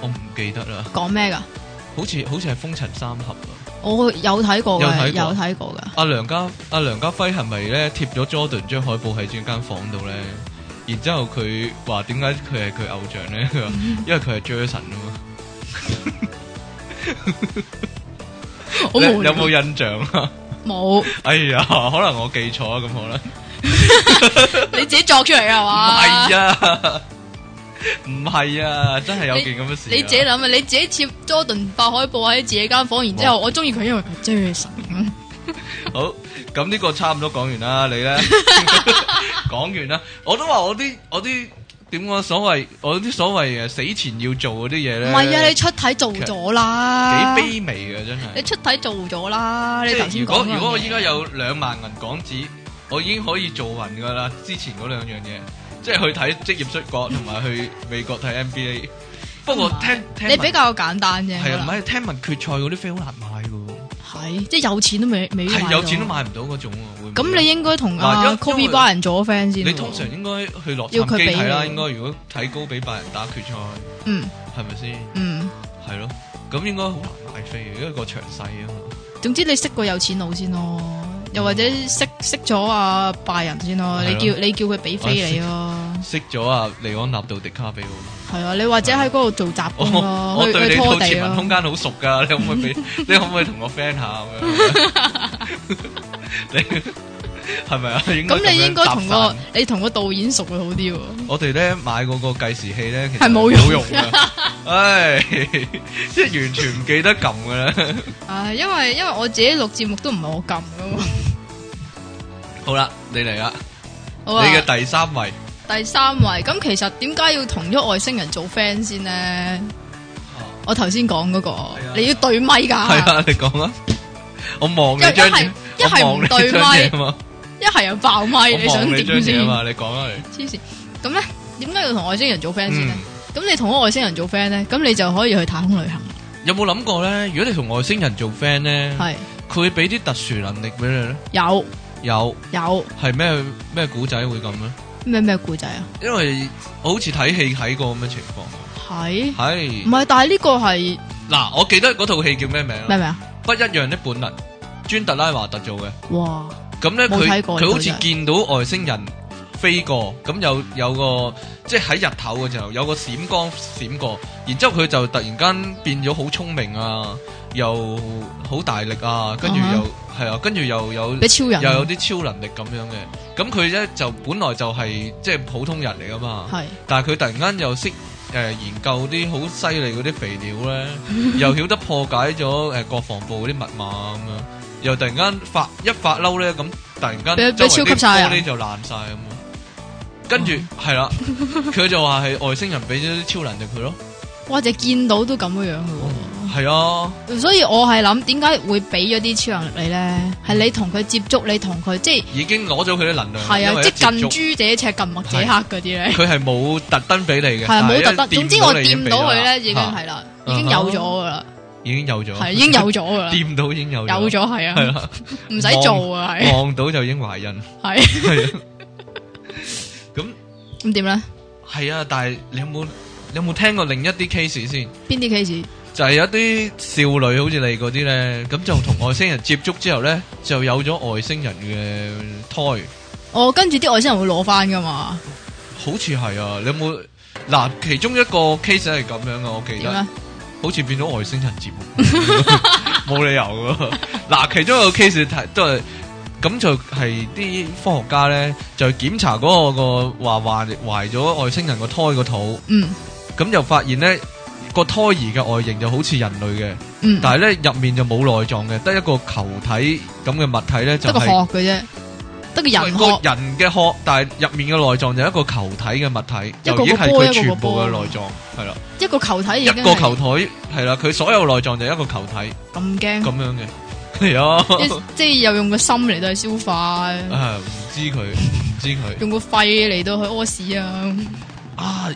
我唔記得啦，講咩㗎？好似好似係《風塵三俠》啊。我有睇過有睇嘅，過有睇過㗎。阿梁家阿梁家輝係咪咧貼咗 Jordan 張海報喺自己間房度咧？然之後佢話點解佢係佢偶像 咧？佢話因為佢係 Jason 啊嘛。好你無有聊冇印象 啊？冇？哎呀，可能我記錯啊，咁可能。你自己作出嚟㗎係唔嘛？係啊，唔係啊，真係有件咁嘅事啊。你自己諗啊，你自己貼 Jordan 白海報喺自己間房，然之哦後我中意佢，因為佢係 Jason。好，咁呢個差唔多講完啦，你 咧講完啦，我都話我啲我啲點講所謂我啲所謂誒死前要做嗰啲嘢唔咧，係啊，你出體做咗啦，幾卑微嘅真你係。出體做咗啦，你即頭係先如果講如果我依家嗰樣嘢有兩萬銀港紙，我已經可以做運噶啦，之前嗰兩樣嘢，即係去睇職業摔角同埋去美國睇 NBA。不過唔係聽聽你聞比較簡單啫，係啊，唔可能係聽聞決賽嗰啲飛好難買嘅係即係有錢都未未必喎，係買有到錢都。買唔到嗰種喎。會唔會咁你應該同嗱因阿因 Kobe 為 Bryant 做咗 friend 先喎。你通常應該去洛要杉磯佢俾睇啦，你應該如果睇高比拜仁打決賽，嗯係咪先？嗯，係咯，咁應該好難買飛嘅，因為個場細啊嘛。總之你識個有錢佬先咯，又或者識識咗阿拜仁先咯。係你咯叫你叫佢俾飛你 咯，識咗啊，利安納度迪卡比奧，係啊，你或者喺嗰度做雜我工咯，我去對去你拖套地潛文空咯。間好 熟噶，你可唔可以俾？你可唔可以同我 friend 下咁樣？你係咪啊？應該咁你應該該同個你同個導演熟會好啲喎。我哋咧買嗰個計時器咧，其實係冇用冇用 噶，唉， 即係完全唔記得撳噶啦。唉，因為因為我自己錄節目都唔係我撳噶 嘛。好啦，你嚟啦，好你啊。嘅第三位。第三位，咁其實點解要同咗外星人做 friend 先呢？我頭先講嗰哦啊個，你要對咪系㗎，啊，你講啊，我望你一張一係嘢，一係我望唔你張對嘢咪啊，嘛，一係又爆咪，我想望你點張先嘢啊？嘛，你講啊你，黐線！咁呢，點解要同外星人做 friend 先呢？嗯，咁你同咗外星人做 friend 呢，咁你就可以去太空旅行，有冇諗過咧？如果你同外星人做 friend 咧，係佢會俾啲特殊能力俾你咧？有有有係咩咩古仔會咁咧？咩咩故仔啊？因為我好似睇戲睇過咁嘅情況，係唔係係？但係呢個係嗱，我記得嗰套戲叫咩名啊？咩名啊？不一樣的本能，專特拉華特做嘅。哇！咁咧冇佢睇過佢呢好套似真係見到外星人飛過，咁有有個即係喺日頭嘅時候有個閃光閃過，然之後佢就突然間變咗好聰明啊，又好大力啊，跟住啊哈又係啊，跟住又有你超人啊又有啲超能力咁樣嘅。咁佢咧就本來就係即係普通人嚟噶嘛，係但係佢突然間又識。誒、研究啲好犀利嗰啲肥料 咧，又曉得破解咗誒、國防部嗰啲密碼咁樣，又突然間發一發嬲咧，咁突然間俾周俾圍超啲級晒玻啊璃就爛晒咁樣，跟住係啦，佢就話係外星人俾咗啲超能力 佢咯，或者見到都咁樣樣嘅喎。係啊，所以我係諗，點解會俾咗啲超能力你咧？係你同佢接觸，你同佢即已經攞咗佢啲能量，係係因啊，為即一接係觸近朱者赤，近墨者黑嗰啲咧，佢係冇特登俾你嘅，係啊但冇特登。一總之我你已經掂到俾咗佢啦咧，已經嚇係啦，已經有咗噶啦，已經有咗，係已經有咗噶 啦，掂到已經有有咗係係啊，啦，唔使做啊，係望到就已經懷孕。係係啊，咁咁點咧？係啊，但係你有冇你有冇聽過另一啲 case 先？邊啲 case？就係有啲少女好似你嗰啲咧，咁就同外星人接觸之後咧，就有咗外星人嘅胎，哦，跟住啲外星人會攞翻噶嘛？好似係啊！你有冇嗱？其中一個 case 係咁樣嘅，我記點得啊咧？好似變咗外星人節目，冇理由噶。嗱，其中一個 case 睇都係咁就係啲科學家咧，就檢查嗰、個個話話懷咗外星人個胎個肚，嗯咁就發現咧個胎兒嘅外形就好似人類嘅。嗯，但系咧入面就冇內臟嘅，得一個球體咁嘅物體咧就得個係殼嘅啫，得個人個殼。人嘅殼，但係入面嘅內臟就係一個球體嘅物體，一個就已經係個佢波一個個全部波嘅內臟，係啦，一個球體已一經個球係體係啦，佢所有內臟就係一個球體咁咁 驚，樣嘅，係啊，一即係又用個心嚟到去消化， 啊唔知佢唔知 佢用個肺嚟到去屙屎啊！啊，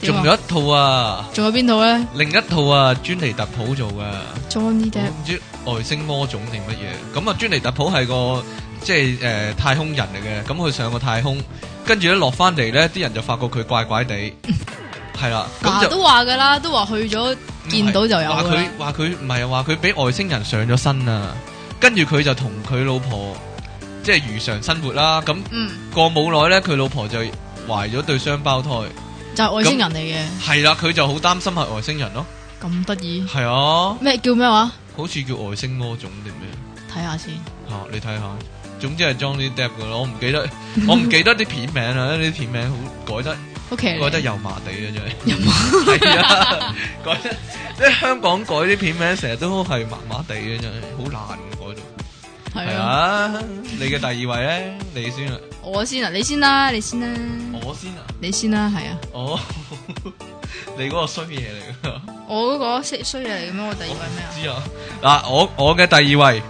點仲啊有一套啊，仲有邊度咧？另一套啊，專尼特普做噶。 Johnny Depp 唔知外星魔種定乜嘢，咁啊專尼特普係個即係誒、呃太空人嚟嘅，咁佢上過太空，跟住咧落翻嚟咧，啲人就發覺佢怪怪地，係啦，咁嗱 就都話噶啦，都話去咗見到就有話㗎啦佢話佢唔係話佢俾外星人上咗身啊，跟住佢就同佢老婆即係如常生活啦，咁嗯，過冇耐咧，佢老婆就懷咗對雙胞胎，就係外星人嚟嘅，係啦，佢就好擔心係外星人咯，咁得意係啊，咩叫咩話？好似叫外星魔種定咩？睇下先，吓、啊你睇下，總之係 Johnny Depp 噶啦，我唔記得， 我唔記得啲片名啦，啲片名好改得好騎呢改得油麻地啦，真 係，係啊，改得即係香港改啲片名成日都係麻麻地嘅真係，好難嘅改到。係係啊，啊，你嘅第二位咧，你先啊，我先啊，你先啦，你先啦，我先啊，你先啦，係啊，哦， 你嗰個衰嘢嚟噶，我嗰個衰衰嘢嚟嘅咩？我第二位咩啊？知啊？嗱，我我嘅第二位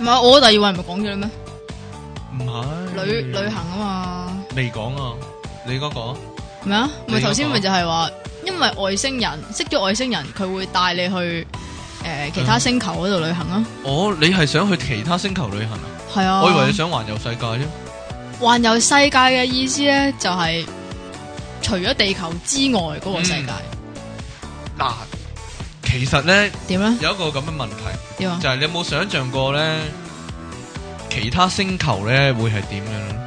唔係我第二位唔係講咗啦咩？唔係旅旅行啊嘛。未講啊，你嗰、個咩啊？你嗰咪個頭先咪就係話，因為外星人識咗外星人，佢會帶你去诶、呃其他星球嗰度旅行啊。哦，你係想去其他星球旅行啊？係啊，我以為你想環遊世界啫。环游世界嘅意思咧，就係除咗地球之外嗰個世界嗱，其實咧點咧？有一個咁嘅問題，點啊？就係、你有冇想象過咧，其他星球咧會係點樣咧？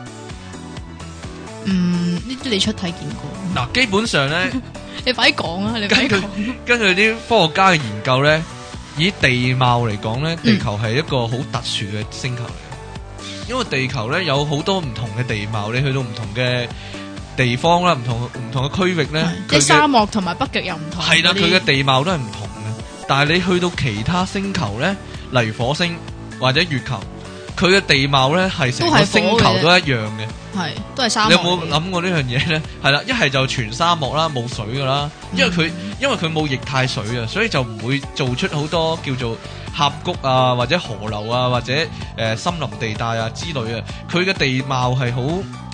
嗯，呢啲你出體見過，嗱，基本上 咧，你快啲講啊！你快根啲據講。根據啲科學家嘅研究咧，以地貌嚟講咧，嗯地球係一個好特殊嘅星球嚟嘅，因為地球咧有好多唔同嘅地貌，你去到唔同嘅地方啦，唔同唔同嘅區域 咧，佢係即嘅係沙漠同埋北極又唔同。系啦，嗰佢啲嘅地貌都係唔同嘅。但係你去到其他星球咧，例如火星或者月球，佢嘅地貌咧係成都係個火星球嘅都一樣嘅。係都係沙你漠有嚟嘅。冇諗過呢樣 嘢咧？係啦，一係就全沙漠啦，冇水噶啦，嗯因為佢、因為佢冇液態水啊，所以就唔會做出好多叫做峽谷啊，或者河流啊，或者誒、呃森林地帶啊之類啊。佢嘅地貌係好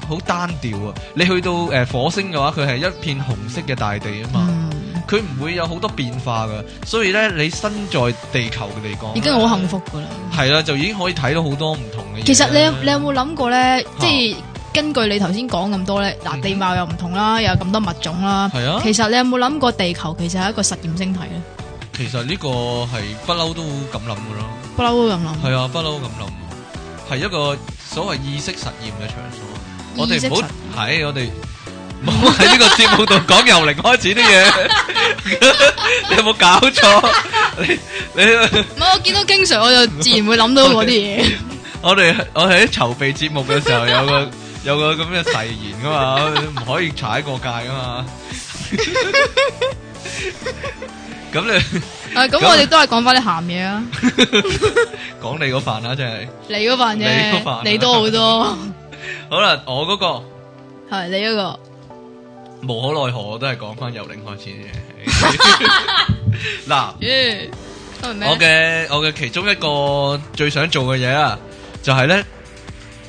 好單調啊。你去到誒、呃火星嘅話，佢係一片紅色嘅大地啊嘛。嗯，佢唔會有好多變化噶，所以咧你身在地球嚟講，已經好幸福噶啦。係啦，就已經可以睇到好多唔同嘅嘢。其實你你有冇諗過咧？嚇即係根據你頭先講咁多咧，嗱嗯地貌又唔同啦，又有咁多物種啦。係啊？其實你有冇諗過地球其實係一個實驗星體咧？其實呢個係不嬲都咁諗噶咯，不嬲都咁諗。係啊，不嬲咁諗，係一個所謂意識實驗嘅場所。我哋唔意識實好係我哋唔好喺呢個節目度講由零開始啲嘢， 你有冇搞錯？你你。唔係我見到經常我就自然會諗到嗰啲 嘢。我哋我哋喺籌備節目嘅時候有個 有個咁嘅誓言噶嘛，唔可以踩過界噶嘛。 咁你 啊，咁我哋都係講翻啲鹹嘢啊，講你嗰飯啦，真係你嗰份你嗰份啊啫，你多好多。好啦，我嗰個係你嗰個無可奈何，我都係講翻由零開始啫。嗱，咦，都係咩？我嘅我嘅其中一個最想做嘅嘢啊，就係咧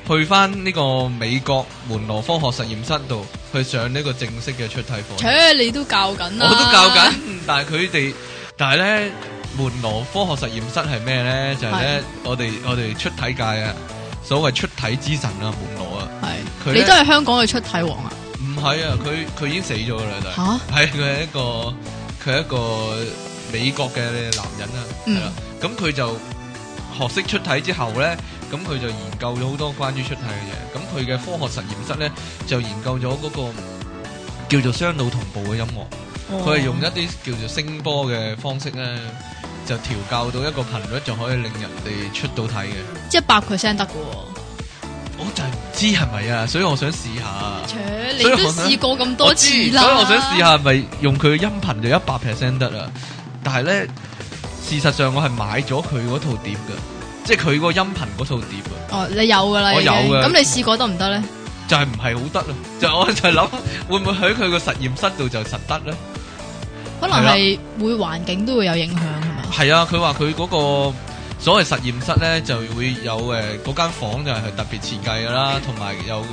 去翻呢個美國門羅科學實驗室度去上呢個正式嘅出體課程。切，你都教緊啦。 我都教啊緊，但係佢哋，但係咧門羅科學實驗室係咩咧？就係咧，我哋我哋出體界啊，所謂出體之神啊，門羅啊，佢係呢你都係香港嘅出體王啊？唔係啊，佢佢已經死咗噶啦，但係係佢係一個佢係一個美國嘅男人啦，嗯係啦，咁佢就學識出體之後咧，咁佢就研究咗好多關於出體嘅嘢，咁佢嘅科學實驗室咧就研究咗嗰個叫做雙腦同步嘅音樂。哦哦佢係用一啲叫做聲波嘅方式咧，就調校到一個頻率，就可以令人哋出到體嘅。一百 percent 得嘅喎。我就係唔知係咪啊，所以我想試下。切，你所以我都想試過咁我多知次啦。所以我想試。下係咪用佢嘅音頻就一百 percent 得啦。但係咧，事實上我係買咗佢嗰套碟嘅，即係佢嗰個音頻嗰套碟啊，哦，你有噶啦，我已經有㗎咁你試過得唔得咧？就係唔係好得啊。就我就諗會唔會喺佢個實驗室度就實得咧？可能係每環境都會有影響，係咪？係啊，佢話佢嗰個所謂實驗室咧，就會有誒嗰間房就係特別設計㗎啦，同埋有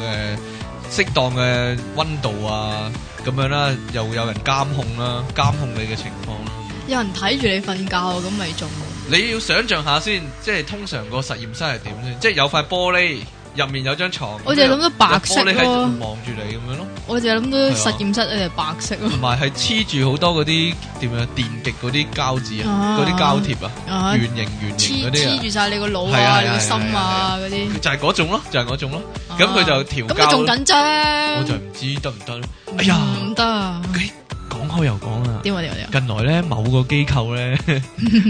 誒適當嘅温度啊，咁樣啦，又有人監控啦，監控你嘅情況啦。有人睇住你瞓覺，咁咪仲你要想像下先，即係通常個實驗室係點先？即係有塊玻璃，入面有張床，我就諗到白色啊有玻璃喺度咯望住你咁樣咯，我就諗到係啊實驗室係白色咯。同埋係黐住好多嗰啲點樣電極嗰啲膠紙啊啊，嗰啲膠貼啊，啊，圓形圓形黐嗰啲黐啊，住晒你個腦係啊啊，係啊你個心係啊啊嗰啲。就係嗰種咯，就係嗰種咯。咁 아.佢就調咁教你仲緊張？我就唔知得唔得咧。哎呀，唔得啊！佢講開又講啦。點啊點啊點啊！近來咧，某個機構 咧，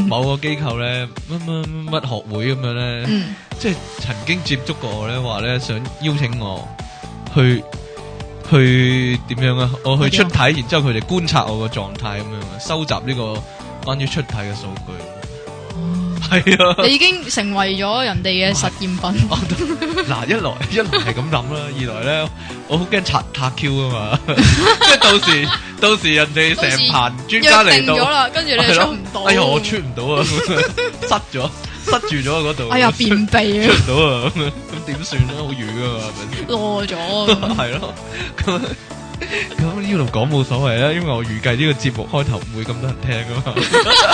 某個機構咧，乜乜乜乜學會咁樣咧，嗯，即係曾經接觸過我咧，話咧想邀請我去去點樣啊？我去出體，然之後佢哋觀察我個狀態咁樣啊，收集呢個關於出體嘅數據。係啊。你已經成為咗人哋嘅實驗品。我都嗱，一來 一來係咁諗啦，二來咧，我好驚拆塔 Q 啊嘛， 即係到時 到時人哋成棚專家約嚟定咗到，啦，跟住你係出咯唔到。哎呀，我出唔到啊， 塞咗塞住咗嗰度，哎呀，出便秘出啊，唔到啊，咁樣咁點算咧？好瘀啊嘛，係咪先？落咗。 系咯，咁咁呢度講冇所謂啦，因為我預計呢個節目開頭唔會咁多人聽噶嘛。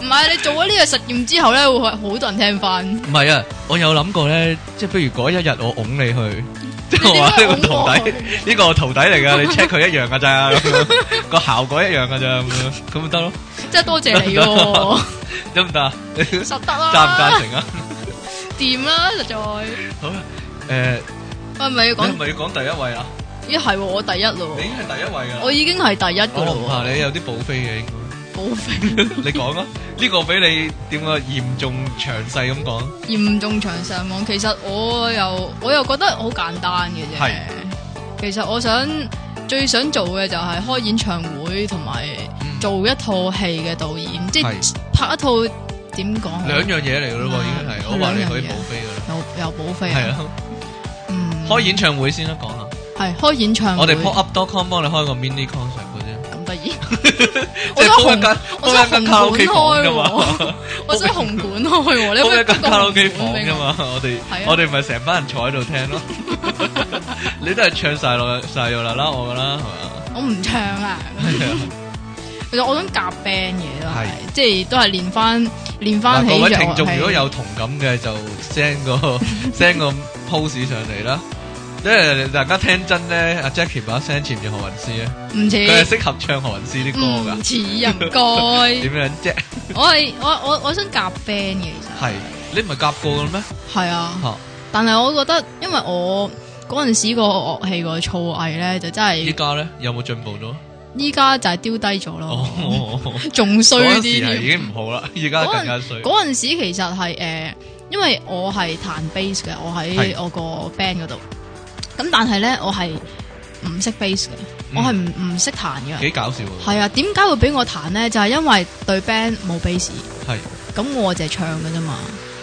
唔係你做咗呢個實驗之後咧，會好多人聽翻。唔係啊，我有諗過咧，即係不如嗰一日我拱你 去，即係我話你呢點個解徒弟，呢個我徒弟 嚟噶，你 check 佢一樣噶咋，咁樣個效果一樣噶咋，咁樣咁咪得咯，真係多謝你喎，得唔得啊？ 贊實得唔啦，贊成啊？掂啦，實在。好啦，誒，喂，唔係要你係講，咪要講第一位啊？咦係喎，我第一咯你已，經係第一位噶我啦，已經係第一噶我啦唔怕喎，你有啲補飛嘅 應該，冇肥，你講啊，呢個俾你點啊嚴重詳細咁講，嚴重長上網。其實我又我又覺得好簡單嘅啫係。其實我想最想做嘅就係開演唱會同埋嗯做一套戲嘅導演，即係係拍一套點講好啊兩樣嘢嚟噶咯喎，已經係，我話你可以補飛噶啦，有有保費係啊，啊，嗯，開演唱會先啦，講下。係開演唱會，我哋 Ờ, pop up.com 幫你開個 mini concert 嘅啫，咁得意， 即我係 p 一想紅間我 p 想一間紅卡拉 OK 館房開噶嘛 喎，我想紅館開喎，你可 p 唔可以一間開個卡拉 OK 紅房館俾噶我？嘛，我哋係啊我哋咪成班人坐喺度聽咯，你都係唱晒落晒落啦啦我噶啦，我唔唱啊！係嘛？其實我想夾 band 嘢都係係，即係都係練翻練翻嗱，起各位就聽眾係如果有同感嘅就 send 個 send 個 post 上嚟啦。因為大家聽真咧，阿 à, Jackie 把聲似唔似何韻詩咧？唔似佢係適合唱何韻詩啲歌唔噶，似啊，唔該。點樣啫？我係我我我想夾 band 嘅，其實係你唔係夾過嘅咩？係啊，嚇！但係我覺得因為我嗰陣時個樂器個造詣咧，就真依係家咧有冇進步咗？依家就係丟低咗咯， 哦。仲衰嗰陣啲時係添已。經唔好啦，而家更加衰。嗰陣時其實係誒、呃因為我係彈 bass 嘅，我喺係我個 band 嗰度。咁但係咧，我係唔識 bass 嘅，嗯我係唔唔識彈嘅。幾搞笑喎！係啊，點解會俾我彈咧？就係、因為對 band 冇 bass，係咁我就係唱嘅啫嘛。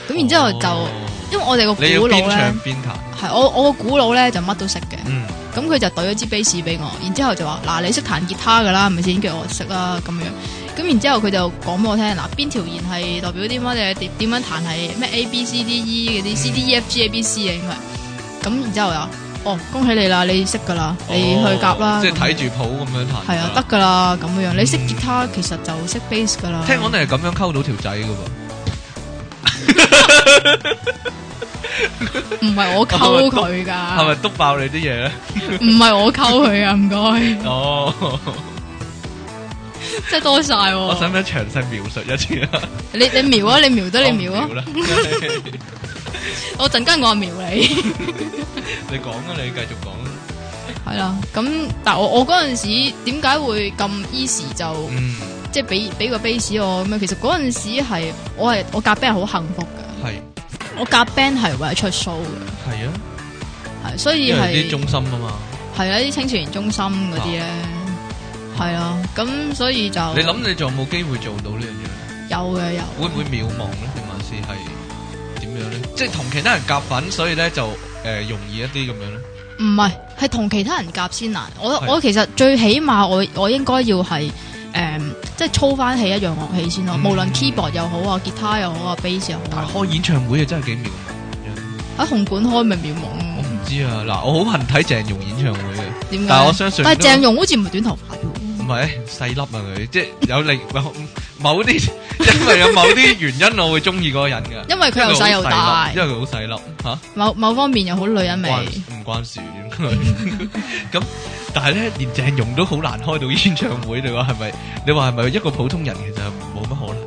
咁然之後就，哦因為我哋個你要鼓佬邊咧唱，邊彈，係我我個鼓佬咧就乜都識嘅。嗯，咁佢就懟咗支 bass 俾我，然之後就話：嗱，你識彈吉他噶啦，係咪先？跟住我識啦咁樣。咁然之後佢就講俾我聽，嗱邊條弦係代表啲乜嘢？點點樣彈係咩 A B C D E 嗰嗯啲 C D E F G A B C 啊，應該係。咁然之後又，哦，恭喜你啦，你識噶啦，你去夾哦啦。即係咁睇住譜咁樣彈。係啊，得。噶啦咁樣。你識吉他其實就識 bass 噶啦。聽講你係咁樣溝到條仔噶噃，唔 係我溝佢係 咪㗎，篤爆你啲嘢咧？ 哦唔係我溝佢啊，唔該。哦， 真係多晒喎。我使唔使詳細描述一次啊？你你瞄啊，你瞄得我你唔瞄啊描，啦， 我陣間我啊瞄你。你講啊，你繼續講啊。係啦，咁但我我嗰陣時點解會咁 easy 就、嗯，即係俾俾個 base 我咁樣？其實嗰陣時係我係我夾 band 係好幸福噶，嗯係我夾 band 係為咗出 show 嘅係啊，，係所以因為係啲中心啊嘛。係啦啲青少年中心嗰啲咧，係啦，咁所以就你諗你仲有冇機會做到呢樣有嘅有，嘢？會唔會渺茫咧？定還是係點樣咧？即係同其他人夾粉，所以咧就誒容易一啲咁樣咧。唔係係同其他人夾先難。我係我其實最起碼我我應該要係誒、嗯即係操翻起一樣樂器先咯，嗯無論 keyboard 又好啊，吉他又好啊，bass 又好但啊係，開演唱會啊，真係幾渺茫。喺紅館開咪渺茫咯我唔知啊，嗱，我好恨睇鄭融演唱會嘅，點解？但係我相信但係都鄭融好似唔係短頭髮嘅唔係細粒啊佢，即係有另某 某啲，因為有某啲原因，我會中意嗰個人㗎。喎，因為因佢為又佢好細又大細粒，因為佢好細粒嚇。某某方面又好女人味。關唔關事應該 咁但係咧，連鄭融都好難開到演唱會，你話係咪？你話係咪一個普通人其實冇乜可能？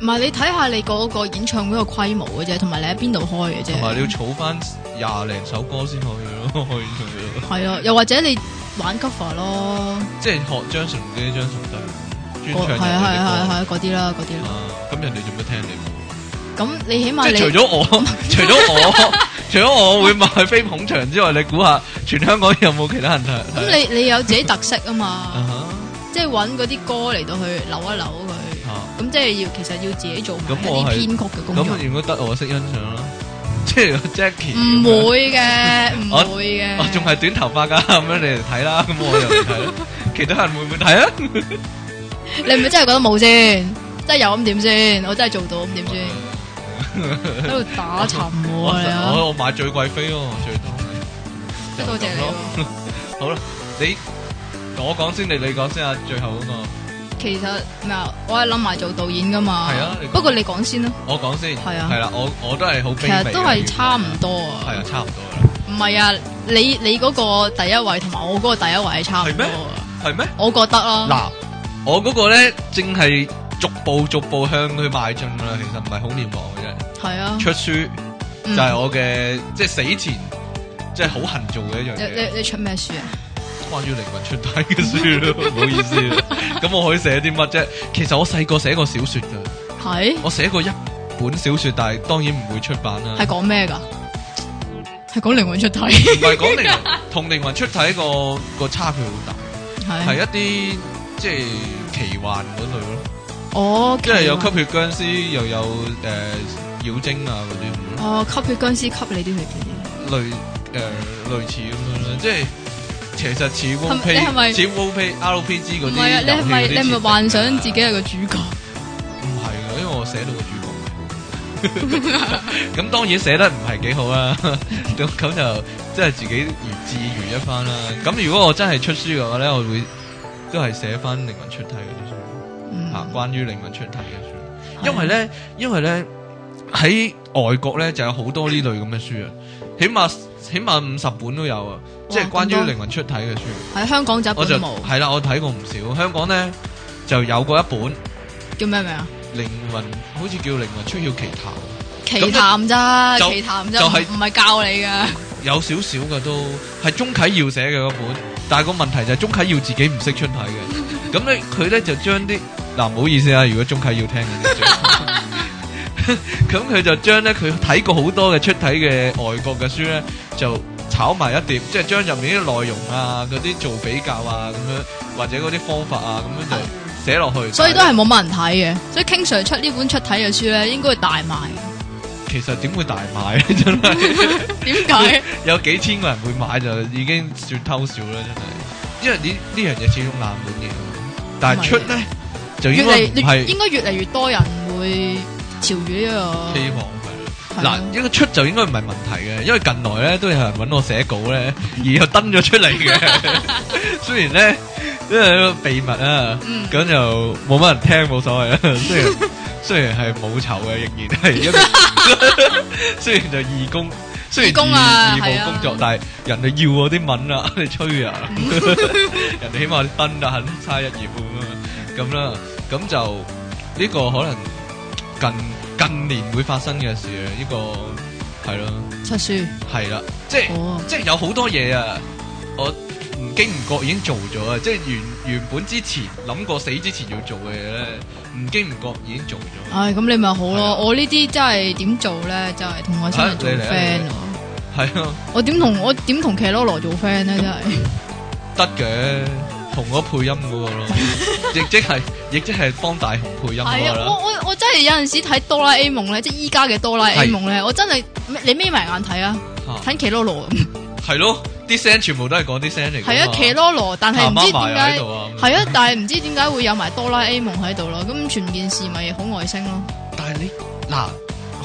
唔係你睇下你嗰個演唱會個規模嘅啫，同埋你喺邊度開嘅啫。同埋你要儲翻廿零首歌先可以咯，開演唱會咯係啊，又或者你玩 cover 咯，即係學張崇基、張崇德專唱人哋啲歌。係係啊係哦係係嗰啲啦，嗰啲啦。啊咁人哋做乜聽你？咁你起即碼係除你咗我，除咗我， 除咗我會買飛捧場之外，你估下全香港有冇其他人睇？咁你你有自己特色啊啊嘛，哈即係揾嗰啲歌嚟到去扭一扭佢，啊咁即係要其實要自己做埋咁一我啲係編曲嘅工作。咁如果得我識欣賞啦， 即係 Jackie 唔咁樣會嘅，唔我會嘅。我仲係短頭髮噶，咁樣你哋睇啦，咁我又唔睇啦。 其他人會唔會睇啊？你係咪真係覺得冇先？真係有咁點先？我真係做到咁 點先？喺度打沉我我你啊！我我買最貴飛咯，最多真係多謝就咁你咯。喎。好啦，你我講先，你你講先啊。最後嗰個其實咩啊？我係諗埋做導演噶嘛。係啊你講不過你講先啦，我講先，係啊係啦，我我都係好其卑微實嘅，都係差唔多係啊，。啊差唔多啦，唔係啊，你你嗰個第一位同埋我嗰個第一位係差唔多係啊。係咩？我覺得啦，嗱，我嗰個咧，正係逐步逐步向佢邁進啦。其實唔係好渺茫嘅啫，係啊，出書就嗯係我嘅即係死前即係好恨做嘅一樣你嘢。你你出咩書啊？關於靈魂出體嘅書 咯，唔好意思啊。咁我可以寫啲乜啫？其實我細個寫過小說噶，係我寫過一本小說，但係當然唔會出版啦係。講咩㗎？係講靈魂出體，唔 係講靈魂同靈魂出體個個差距好大，係啊係一啲即係奇幻嗰類咯，哦，即係有奇吸怪血僵屍，又有誒妖精啊嗰啲咁咯哦吸血僵屍吸你啲血嗰啲。類誒類似咁樣咯，即係其實似 w 咪 o 你係 p 咪似 w o p RPG 唔嗰啲遊戲嗰啲設定㗎。啊係啊，你係咪你係咪幻想自己係個主角？唔係噶，因為我寫到個主角嘅。 咁當然寫得唔係幾好啦， 咁咁就即係自己如自娛一番啦。咁如果我真係出書嘅話咧，我會都係寫翻靈魂出體嗰啲書，吓、嗯，關於靈魂出體嘅係書。因為咧，因為咧喺外國咧就有好多呢類咁嘅書啊，起碼起碼五十本都有啊，即係哇關咁於多靈魂出體嘅書。喺香港就一我本就都冇，係啦，我睇過唔少。香港咧就有過一本叫咩名啊？靈魂，好似叫靈魂出竅奇談。奇談咋，就奇談就咋，係唔係教你噶。有少少嘅都係鐘啟耀寫嘅嗰本，但係個問題就係鐘啟耀自己唔識出體 嘅，咁咧佢咧就將啲嗱唔好意思啊，如果鐘啟耀聽嘅， 咁佢就將咧佢睇過好啊多嘅出體嘅外國嘅書咧，就炒埋一碟，即係將入面啲內容啊、嗰啲做比較啊咁樣，或者嗰啲方法啊咁樣就寫落去，所以都係冇乜人睇嘅。所以 King Sir 出呢本出體嘅書咧，應該會大賣。其實點會大賣咧？真係。點解？有幾千個人會買就已經算偷少啦，真係。因為呢呢樣嘢始終冷門嘢，但係出咧就越應嚟該唔越係應該越嚟越多人會朝住呢希望個係啦。嗱，應該出就應該唔係問題嘅，因為近來咧都有人揾我寫稿咧，而又登咗出嚟 嘅。雖然咧因為秘密啊，嗯咁就冇乜人聽冇 所謂啦。雖然雖然係冇酬嘅，仍然係一個 雖然就義工。雖然義工啊義義係務啊工作，但係人哋要 我啲文啊，你吹啊！人哋起碼登啊，肯差一頁半啊。咁咁啦，咁就呢個可能近近年會發生嘅事啊，呢、個係咯，出書係啦，即係。哦，即係有好多嘢啊！我唔經唔覺已經做咗啊！即係原原本之前諗過死之前要做嘅嘢咧，唔經唔覺已經做咗。唉，咁你咪好係啊咯。我呢啲真係點做咧？就係同我新人做啊你嚟啊 friend 喎。係啊，我點同我點同騎羅羅做 friend 咧？真係得嘅，同我配音嗰個 咯，亦即係亦即係幫大雄配音係嗰個啊！啦。我我我真係有陣時睇哆啦 A 夢咧，即係依家嘅哆啦 A 夢咧，我真係你眯埋眼睇啊，嚇睇騎羅羅咁。係咯，啲聲全部都係講啲聲嚟㗎嘛。係啊，騎羅羅，但係唔行知點埋喺解度啊咁樣係啊，但係唔知點解會有埋哆啦 A 夢喺度咯。咁全件事咪好外星咯？但係你嗱，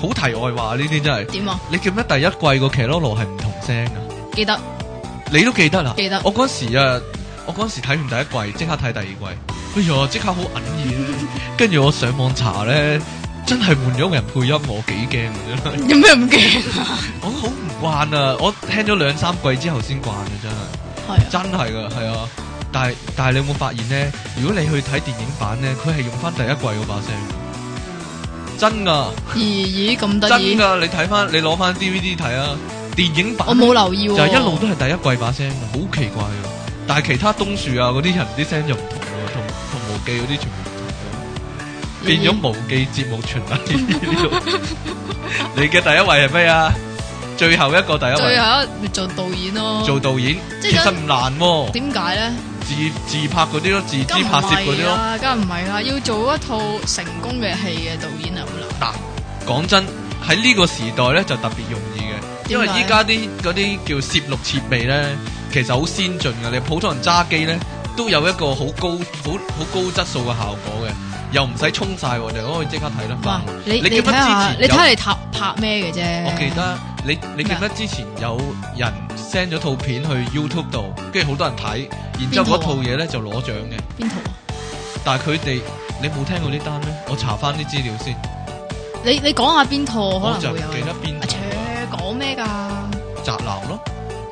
好題外話呢啲真係。點啊？你記唔記得第一季個騎羅羅係唔同聲㗎？記得你都記得啦？記得我嗰時啊，我嗰時睇完第一季，即刻睇第二季。哎呀，即刻好隱意啊跟住我上網查咧，真係換咗個人配音，我幾驚啊真 係。有咩唔驚啊？我好唔慣啊！我聽咗兩三季之後先慣啊，真係係啊。真係噶，係啊。但係但係你有冇發現咧？如果你去睇電影版咧，佢係用翻第一季嗰把聲，嗯真噶咦咦咁得真意，噶！你睇翻你攞翻 DVD 睇啊，電影版我冇留意喎。就係一路都係第一季把聲，好奇怪嘅。但係其他冬樹啊嗰啲人啲聲就唔同咯，同同無記嗰啲全部唔同咯，變咗無記節目全例呢 度。你嘅第一位係咩啊？最後一個第一最位後一做導演咯。做導演，即係其實唔難喎，點解咧？自自拍嗰啲咯，自梗資唔拍攝嗰啲係咯。啦，梗唔係啦，要做一套成功嘅戲嘅導演啊係好難。嗱，講真喺呢個時代咧就特別容易嘅，因為點解依家啲嗰啲叫攝錄設備咧，其實好先進嘅。你普通人揸機咧，都有一個好高、好好高質素嘅效果嘅，又唔使沖晒喎，你可以即刻睇得哇翻。！你你你記得睇下，之你前有睇下你拍拍咩嘅啫。我記得你你記啊得之前有人 send 咗套片去 YouTube 度，跟住好多人睇，然之後邊嗰套套啊嘢咧就攞獎嘅。邊套啊？但係佢哋你冇聽過呢單咩？我查翻啲資料先，你你講下邊套我可就唔能會有記人。得邊啊切，講咩㗎？宅男咯。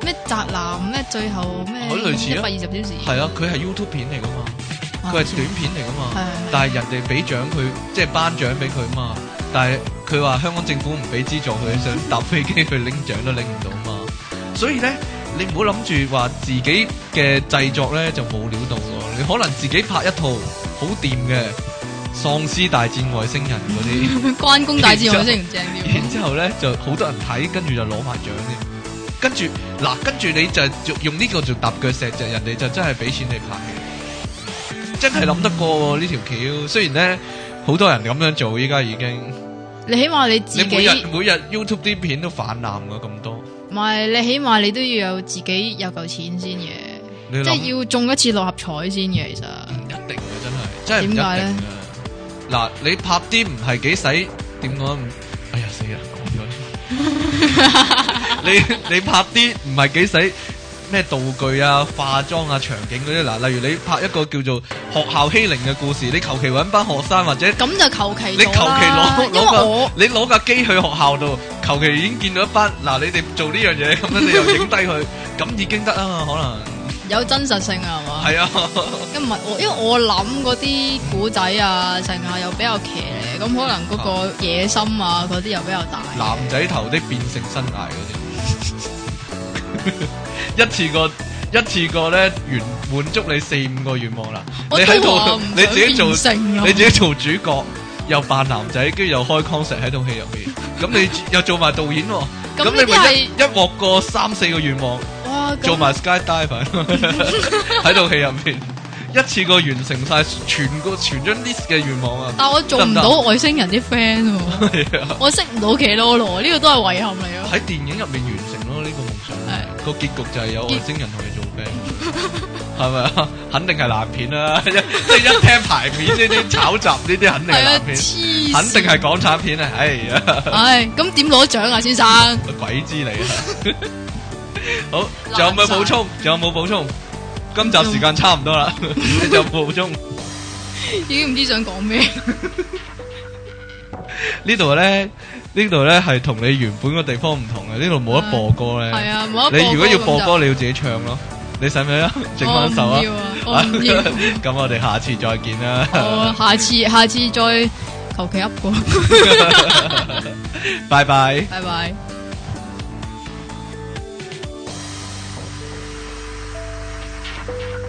咩宅男咩最後咩好類似一啊百二十小時？係啊，佢係 YouTube 片嚟噶嘛，啊佢係短片嚟噶嘛，係係但係人哋俾獎佢，即係頒獎俾佢嘛，但係佢話香港政府唔俾資助佢，想搭飛機去拎獎都拎唔到嘛，所以咧，你唔好諗住話自己嘅製作咧就冇料到喎，你可能自己拍一套好掂嘅喪屍大戰外星人嗰啲。係 關公大 戰外星唔正啲然之後咧就好多人睇，跟住就攞埋獎添。跟住嗱，跟住你就用呢個做踏腳石，就人哋就真係俾錢你拍戲，真係諗得過喎呢條橋。雖然咧好多人咁樣做，依家已經你起碼你自你每己日。每日 YouTube 啲片都泛濫㗎咁多，唔係，你起碼你都要有自己有嚿錢先嘅，你即諗係要中一次六合彩先嘅。其實唔一定嘅，真係真係唔一定點解嘅咧。嗱，你拍啲唔係幾使點講？哎呀死啦！講咗 你你拍啲唔係幾使咩道具啊、化妝啊、場景嗰啲嗱，例如你拍一個叫做學校欺凌嘅故事，你求其揾班學生或者咁就求其你咗求其啦攞因為攞我架你攞架機去學校度，求其已經見到一班嗱，你哋做呢樣嘢咁樣，你 又影低佢，咁已經得啊嘛，可能有真實性啊，係嘛？係啊，咁唔係我，因為我諗嗰啲古仔啊，成日又比較騎呢，咁可能嗰個野心啊嗰啲又比較大。男仔頭的變性生涯嗰啲，一 次過一次過咧，完滿足你四五個願望啦。我你都喺話度唔想你自己做變性啊你自己做主角，又扮男仔，跟住又開 concert 喺套戲入面，咁 你又做埋導演喎、咁咁呢啲你咪一係嗯一鑊過三四個願望，哇，咁做埋 skydiver 喺套戲入面，一次過完成晒全個全張 list 嘅願望啊！但我做得唔唔得到外星人啲 friend 喎，係啊我識唔到騎羅羅，呢個都係遺憾嚟咯。喺電影入面完成咯呢個夢想，個結局就係有外星人同佢做 friend，係咪啊？肯定係爛片啦， 一即係一聽排片呢啲炒雜呢啲肯定係係啊，爛黐片，線肯定係港產片啊！哎呀， 唉，咁點攞獎啊，先生？ 鬼知你啊！ 好，仲有冇補充？仲有冇補充？今集時間差唔多啦，嗯你 就補充。已經唔知想講咩。呢度咧，呢度咧係同你原本個地方唔同嘅，呢度冇得播歌咧。嗯係啊，冇得你如果要播歌歌，你要自己唱咯。咁你使唔使啊？整我翻唔手啊！要啊，我唔要。 咁我哋下次再見啦，好啊，下次下次再求其噏 過，拜拜。拜拜。 Hãy subscribe cho kênh Ghiền Mì Gõ Để không bỏ lỡ